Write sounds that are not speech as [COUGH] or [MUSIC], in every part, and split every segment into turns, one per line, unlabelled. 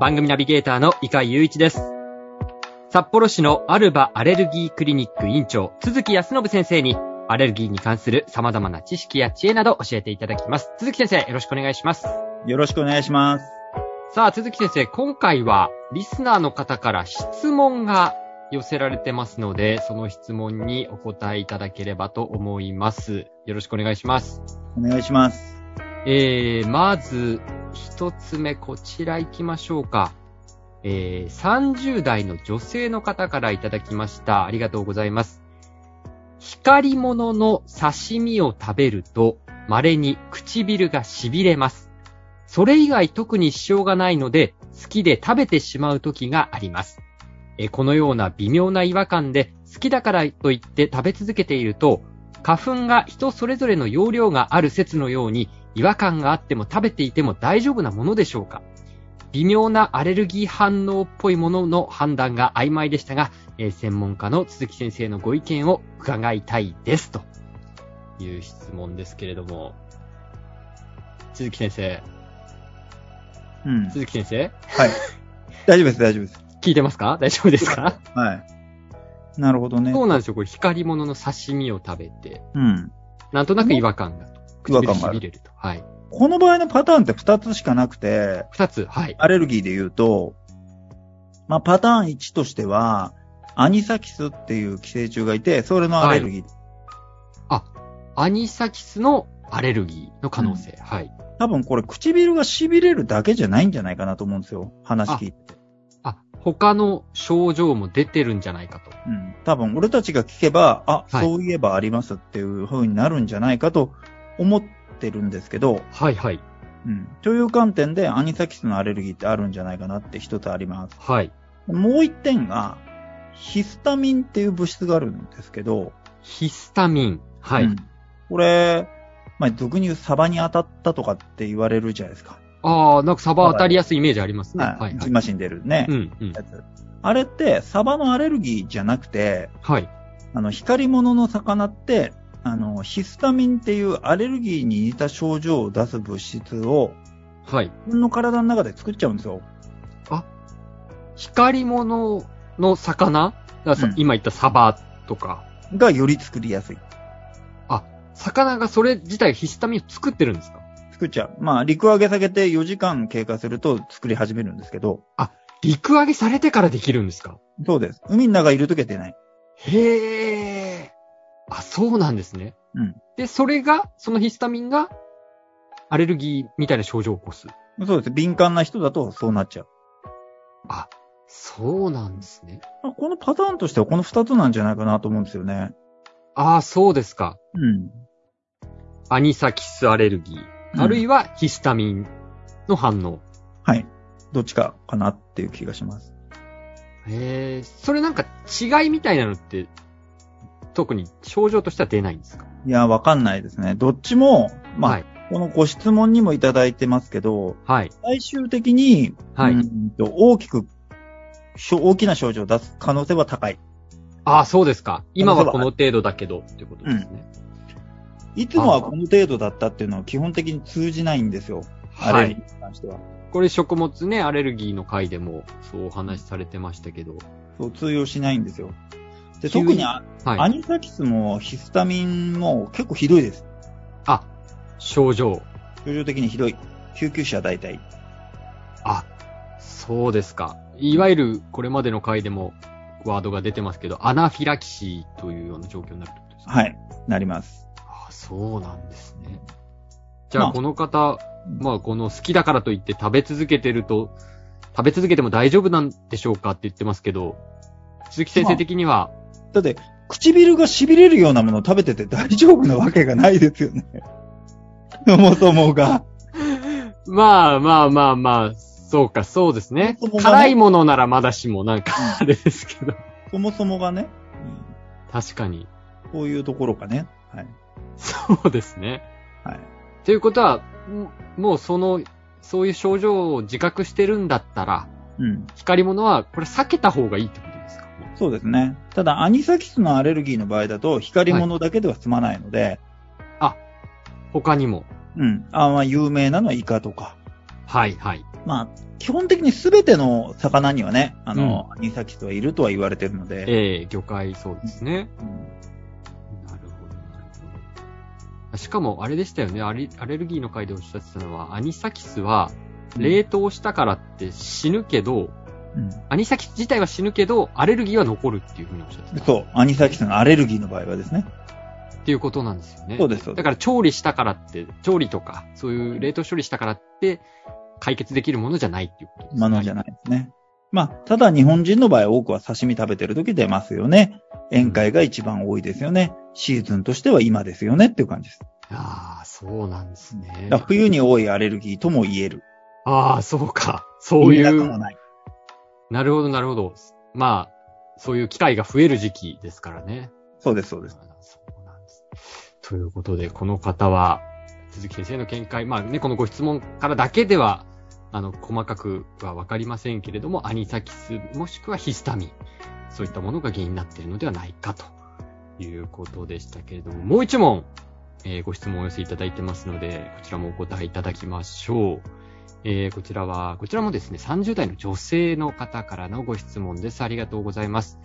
番組ナビゲーターの伊賀雄一です。札幌市のアルバアレルギークリニック院長、鈴木康信先生に、アレルギーに関する様々な知識や知恵など教えていただきます。鈴木先生、よろしくお願いします。
よろしくお願いします。
さあ、鈴木先生、今回は、リスナーの方から質問が寄せられてますので、その質問にお答えいただければと思います。よろしくお願いします。
お願いします。
えー、まず、一つ目、こちら行きましょうか。えー、30代の女性の方からいただきました。ありがとうございます。光り物の刺身を食べると、稀に唇が痺れます。それ以外特に支障がないので、好きで食べてしまう時があります。えーこのような微妙な違和感で、好きだからといって食べ続けていると、花粉が人それぞれの容量がある説のように、違和感があっても食べていても大丈夫なものでしょうか微妙なアレルギー反応っぽいものの判断が曖昧でしたが、えー専門家の鈴木先生のご意見を伺いたいです。という質問ですけれども。鈴木先生、
うん。
鈴木先生
はい。大丈夫です、大丈夫です。
聞いてますか大丈夫ですか
はい。なるほどね。
そうなんですよ。これ光り物の刺身を食べて、
うん。
なんとなく違和感がと。
違和感があ
唇
る
痺れると。はい。
この場合のパターンって2つしかなくて、
二つ。はい。
アレルギーで言うと、まあ、パターン1としては、アニサキスっていう寄生虫がいて、それのアレルギー。
アニサキスのアレルギーの可能性。はい。
多分これ唇が痺れるだけじゃないんじゃないかなと思うんですよ。話聞いて。
あ、他の症状も出てるんじゃないかと。
うん。多分俺たちが聞けば、あ、
はい
そういえばありますっていう風になるんじゃないかと思ってるんですけど、
はいはい。
うん。という観点でアニサキスのアレルギーってあるんじゃないかなって一つあります。
はい。
もう一点が、ヒスタミンっていう物質があるんですけど、
ヒスタミン。はい。
うんこれ、まあ、俗に言うサバに当たったとかって言われるじゃないですか。
ああ、なんかサバ当たりやすいイメージありますね。はい、はい。
ジンマシン出るね、
うんうん。
やつ。あれって、サバのアレルギーじゃなくて、
はい。
あの、光り物の魚って、あの、ヒスタミンっていうアレルギーに似た症状を出す物質を、
はい。
自分の体の中で作っちゃうんですよ。
光り物の魚だからさ
うん
今言ったサバとか、
がより作りやすい。
魚がそれ自体ヒスタミンを作ってるんですか
作っちゃう。まあ、陸上げ下げて4時間経過すると作り始めるんですけど、
陸揚げされてからできるんですか
そうです。海の中いるときは出ない。
へえ。あ、そうなんですね。
うん。
で、それが、そのヒスタミンが、アレルギーみたいな症状を起こす。
そうです。敏感な人だとそうなっちゃう。
そうなんですね。
まあこのパターンとしてはこの2つなんじゃないかなと思うんですよね。
ああ、そうですか。
うん。
アニサキスアレルギー。あるいはヒスタミンの反応。
はい。どっちかかなっていう気がします。
へえ、それなんか違いみたいなのって、特に症状としては出ないんですか
いや、わかんないですね。どっちも、まあ、
はい。
このご質問にもいただいてますけど、
はい。
最終的に、
はい。
うんと大きく、しょ大きな症状を出す可能性は高い。
ああ、そうですか。今はこの程度だけど、ってことですね。
いつもはこの程度だったっていうのは基本的に通じないんですよ。ア
は
レルギー
い
に。関しては。
これ食物ね、アレルギーの回でも、そうお話しされてましたけど。
そう、通用しないんですよ。で、
急に
特にあア
はい。
ニサキスもヒスタミンも結構ひどいです。
あ、症状。
症状的にひどい。救急車大体。
あ、そうですか。いわゆるこれまでの回でもワードが出てますけど、アナフィラキシーというような状況になるってことですか
はい、なります。
あ、そうなんですね。じゃ
ま
あ
あ
この方、まあこの好きだからといって食べ続けてると、食べ続けても大丈夫なんでしょうかって言ってますけど、鈴木先生的には、
だって、唇が痺れるようなものを食べてて大丈夫なわけがないです [LAUGHS] よね。そもそもが。
まあまあまあまあ、そうか、そうですね
そもそも。がね
辛いものならまだしも、なんか、あれですけど。
そもそもがね、
確かに。
うんこういうところがね、はい。
そうですね。
はい。
ということは、ももうその、そういう症状を自覚してるんだったら、
うん。
光り物は、これ避けた方がいいってことですか
そうですね。ただ、アニサキスのアレルギーの場合だと、光り物だけでは済まないので、
他にも。
うん。あまあ、有名なのはイカとか。
はい、はい。
まあ、基本的に全ての魚にはね、あの、アニサキスはいるとは言われてるので、
ええ魚介、そうですね。
うん
なるほど、なるほど。しかも、あれでしたよね。アレアレルギーの回でおっしゃってたのは、アニサキスは、冷凍したからって死ぬけど、
うん
アニサキス自体は死ぬけど、アレルギーは残るっていうふうにおっしゃってた。
そう、アニサキスのアレルギーの場合はですね。
っていうことなんですよね。
そうです、そう
だ
です。
から調理したからって、調理とか、そういう冷凍処理したからって、解決できるものじゃないっていうことですね。
今のじゃないですね。まあ、ただ日本人の場合多くは刺身食べてる時出ますよね。宴会が一番多いですよね。シーズンとしては今ですよねっていう感じです。
ああ、そうなんですね
だ。から冬に多いアレルギーとも言える。
ああ、そうか。そうい
言えなくも
う。
ない。
なるほど、なるほど。まあ、そういう機会が増える時期ですからね。
そうです、そうです。
あそうなんです。ということで、この方は、鈴木先生の見解、まあね、このご質問からだけでは、あの、細かくはわかりませんけれども、アニサキス、もしくはヒスタミン、そういったものが原因になっているのではないかということでしたけれども、もう一問、えーご質問をお寄せいただいてますので、こちらもお答えいただきましょう。えーこちらは、こちらもですね、30代の女性の方からのご質問です。ありがとうございます。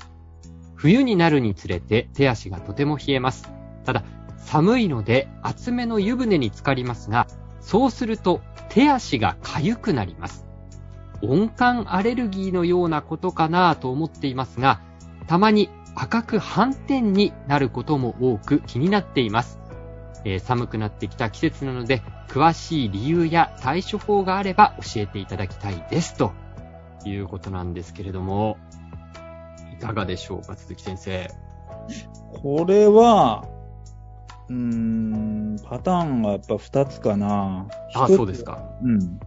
冬になるにつれて手足がとても冷えます。ただ、寒いので厚めの湯船に浸かりますが、そうすると手足が痒くなります。温感アレルギーのようなことかなぁと思っていますが、たまに赤く斑点になることも多く気になっています。えー寒くなってきた季節なので、詳しい理由や対処法があれば教えていただきたいです。ということなんですけれども、いかがでしょうか、鈴木先生。
これは、うーん、パターンがやっぱ二つかな。
あ、
一つ
そうですか。
うん。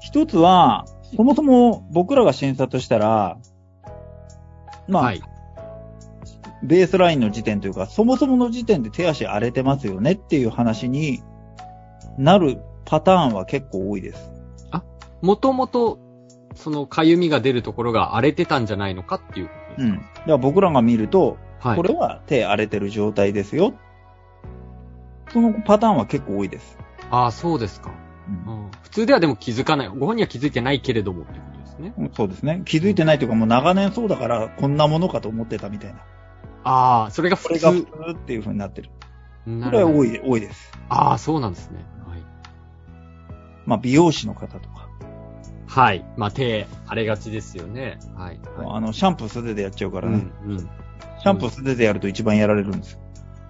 一つは、そもそも僕らが審査としたら、まあ、
はい。
ベースラインの時点というか、そもそもの時点で手足荒れてますよねっていう話になるパターンは結構多いです。
もともと、その、かゆみが出るところが荒れてたんじゃないのかっていうこと
う
です
ん。だから僕らが見ると、
か。はい。
これは手荒れてる状態ですよ。そのパターンは結構多いです。
ああ、そうですか、
うん
うん。普通ではでも気づかない。ご本人は気づいてないけれどもっていうことですね。
うんそうですね。気づいてないというか、もう長年そうだから、こんなものかと思ってたみたいな。
ああ、それが
こ
普
れが普
通
通。っていう風になってる。
な
これは多
い。
い、多いです。
ああ、そうなんですね。はい。
まあ、美容師の方とか、
はい。まあ、手、荒れがちですよね。はい。は
あの、シャンプー素手でやっちゃうか
い。
ら
う
ね。
ん、うん。
シャンプー素手でやると一番やられるんですよ。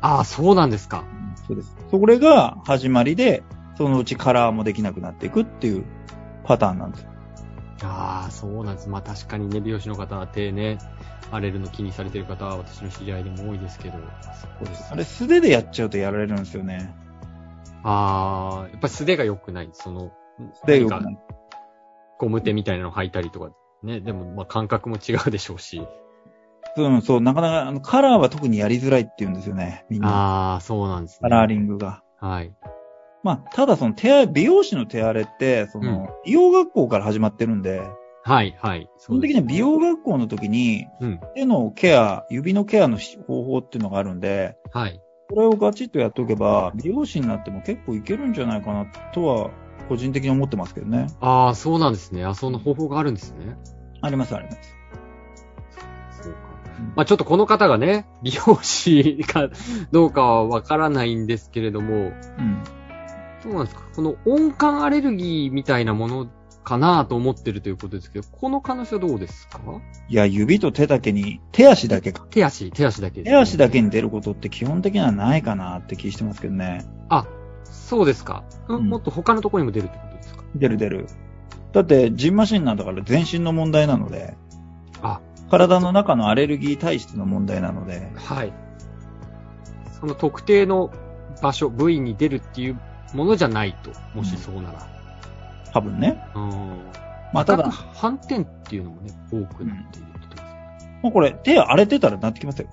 ああ、そうなんですか。
そうです。それが始まりで、そのうちカラーもできなくなっていくっていうパターンなんですよ。
ああ、そうなんです。まあ確かにね、美容師の方は手ね、荒れるの気にされてる方は私の知り合いでも多いですけど。そうです
あれ素手でやっちゃうとやられるんですよね。
ああ、やっぱり素手が良くない。その、
素手が
なんかゴム手みたいなの履いたりとか、ね、でも、まあ感覚も違うでしょうし。
うん、そう、なかなかあのカラーは特にやりづらいって言うんですよね、みんな。
ああ、そうなんです
カ
ね。
ラーリングが。
はい。
まあ、ただその手荒れ、美容師の手荒れって、その、
うん
美容学校から始まってるんで、
はい、はい。
基
そ
本
うで
的
す。
には美容学校の時に、
うん。
手のケア、指のケアの方法っていうのがあるんで、
はい。
これをガチッとやっておけば、美容師になっても結構いけるんじゃないかなとは、個人的に思ってますけどね。
ああ、そうなんですね。あ、そんな方法があるんですね。
あります、あります。
そうか
うん。
まあちょっとこの方がね、美容師かどうかはわからないんですけれども、
うん。
どうなんですかこの温感アレルギーみたいなものかなと思ってるということですけど、この可能性はどうですか
いや、指と手だけに、手足だけか。
手足、手足だけですね、
手足だけに出ることって基本的にはないかなって気してますけどね。
そうですか。うん
うん
もっと他のところにも出るってことですか
出る出る。だって、ジンマシンなんだから全身の問題なので、
あ、
体の中のアレルギー体質の問題なので、
はい。その特定の場所、部位に出るっていうものじゃないと。もしそうなら。
多分ね。
うん。
まあ、ただ、
赤く反転っていうのもね、多くなっているってことですね。
もうこれ、手荒れてたらなってきますよ。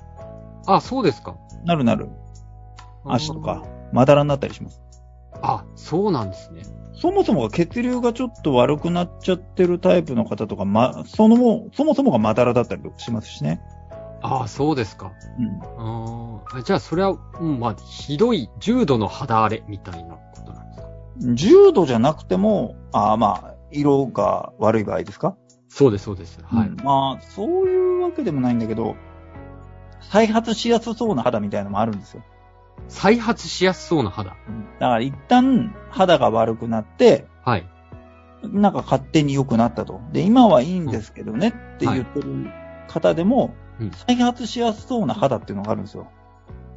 あ、そうですか。
なるなる。足とか、まだらになったりします。
あ。あ、そうなんですね。
そもそもが血流がちょっと悪くなっちゃってるタイプの方とか、ま、そのも、そもそもがまだらだったりとかしますしね。
ああ、そうですか。
うん。
あーじゃあ、それは、うん、まあ、ひどい、重度の肌荒れみたいなことなんですか
重度じゃなくても、あーまあ、色が悪い場合ですか
そうです、そうです。はい。
うんまあ、そういうわけでもないんだけど、再発しやすそうな肌みたいなのもあるんですよ。
再発しやすそうな肌。
うんだから一旦肌が悪くなって、
はい。
なんか勝手に良くなったと。で、今はいいんですけどねって
うん
言ってる方でも
うん、
再発しやすそうな肌っていうのがあるんですよ。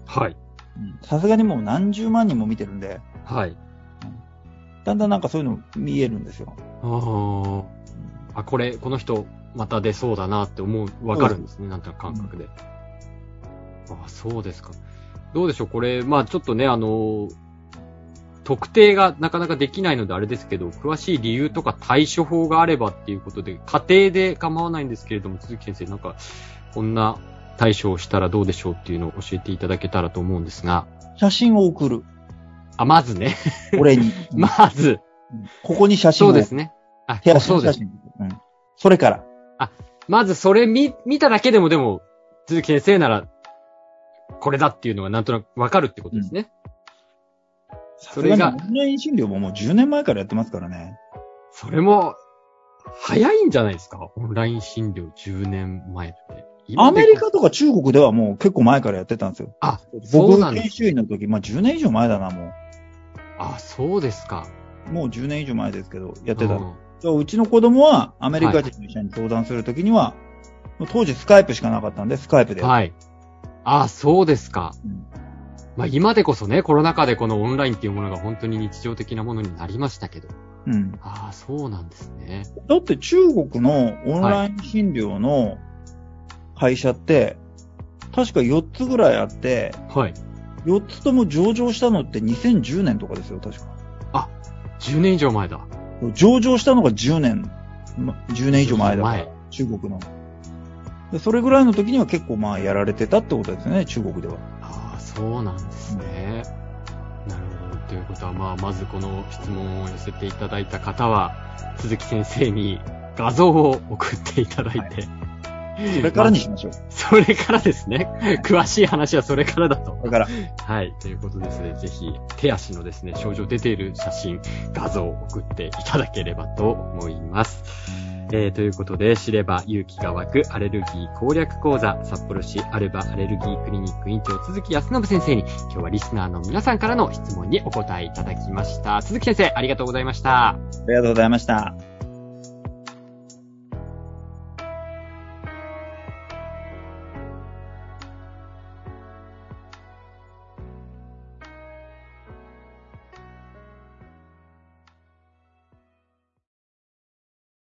はい。
うんさすがにもう何十万人も見てるんで、
はい。
だんだんなんかそういうの見えるんですよ。
あーあ、これ、この人、また出そうだなって思う、わかるんですね、なんとなく感覚で。あそうですか。どうでしょう、これ、まあちょっとね、あの、特定がなかなかできないのであれですけど、詳しい理由とか対処法があればっていうことで、家庭で構わないんですけれども、鈴木先生、なんか、こんな対処をしたらどうでしょうっていうのを教えていただけたらと思うんですが、
写真を送る。
あ、まずね、
俺に。
[LAUGHS] まず、
うんここに写真
そ
を
う
送
で
る。
すね。あ
手、足
そ
の
うで
写
す。
真。うん。それから、
まずそれ見、見ただけでもでも、鈴木先生なら、これだっていうのがなんとなくわかるってことですね。
そ
そ
れ
れが
がオンライン診療ももう10年前からやってますからね。
それも、早いんじゃないですかオンライン診療10年前って。
ア
今で
メリカとか中国ではもう結構前からやってたんですよ。
あ、そう
僕
なんで
研
す。
修医の時、まあ10年以上前だな、も
あ、そうですか。
う。もう10年以上前ですけど、やってた。
うん
じゃあうちの子供はアメリカ人の医者に相談するときには、もう当時スカイプしかなかったんで、スカイプで。
はい。あ、そうですか。
うん
まあ今でこそね、コロナ禍でこのオンラインっていうものが本当に日常的なものになりましたけど。
うん。
ああ、そうなんですね。
だって中国のオンライン診療の会社って、確か4つぐらいあって、
はい。
4つとも上場したのって2010年とかですよ、確か。
10年以上前だ。
上場したのが10年、ま10年以上前だから
前、
中国の。でそれぐらいの時には結構まあやられてたってことですね、中国では。
ああ、そうなんですね。なるほど。ということは、まあ、まずこの質問を寄せていただいた方は、鈴木先生に画像を送っていただいて、
それからにしましょう。
[LAUGHS] それからですね、
[LAUGHS]
詳しい話はそれからだと。
だから、
はい。ということですね、ぜひ、手足のですね、症状出ている写真、画像を送っていただければと思います。えーということで、知れば勇気が湧くアレルギー攻略講座、札幌市アルバアレルギークリニック院長鈴木康信先生に、今日はリスナーの皆さんからの質問にお答えいただきました。鈴木先生、ありがとうございました。
ありがとうございました。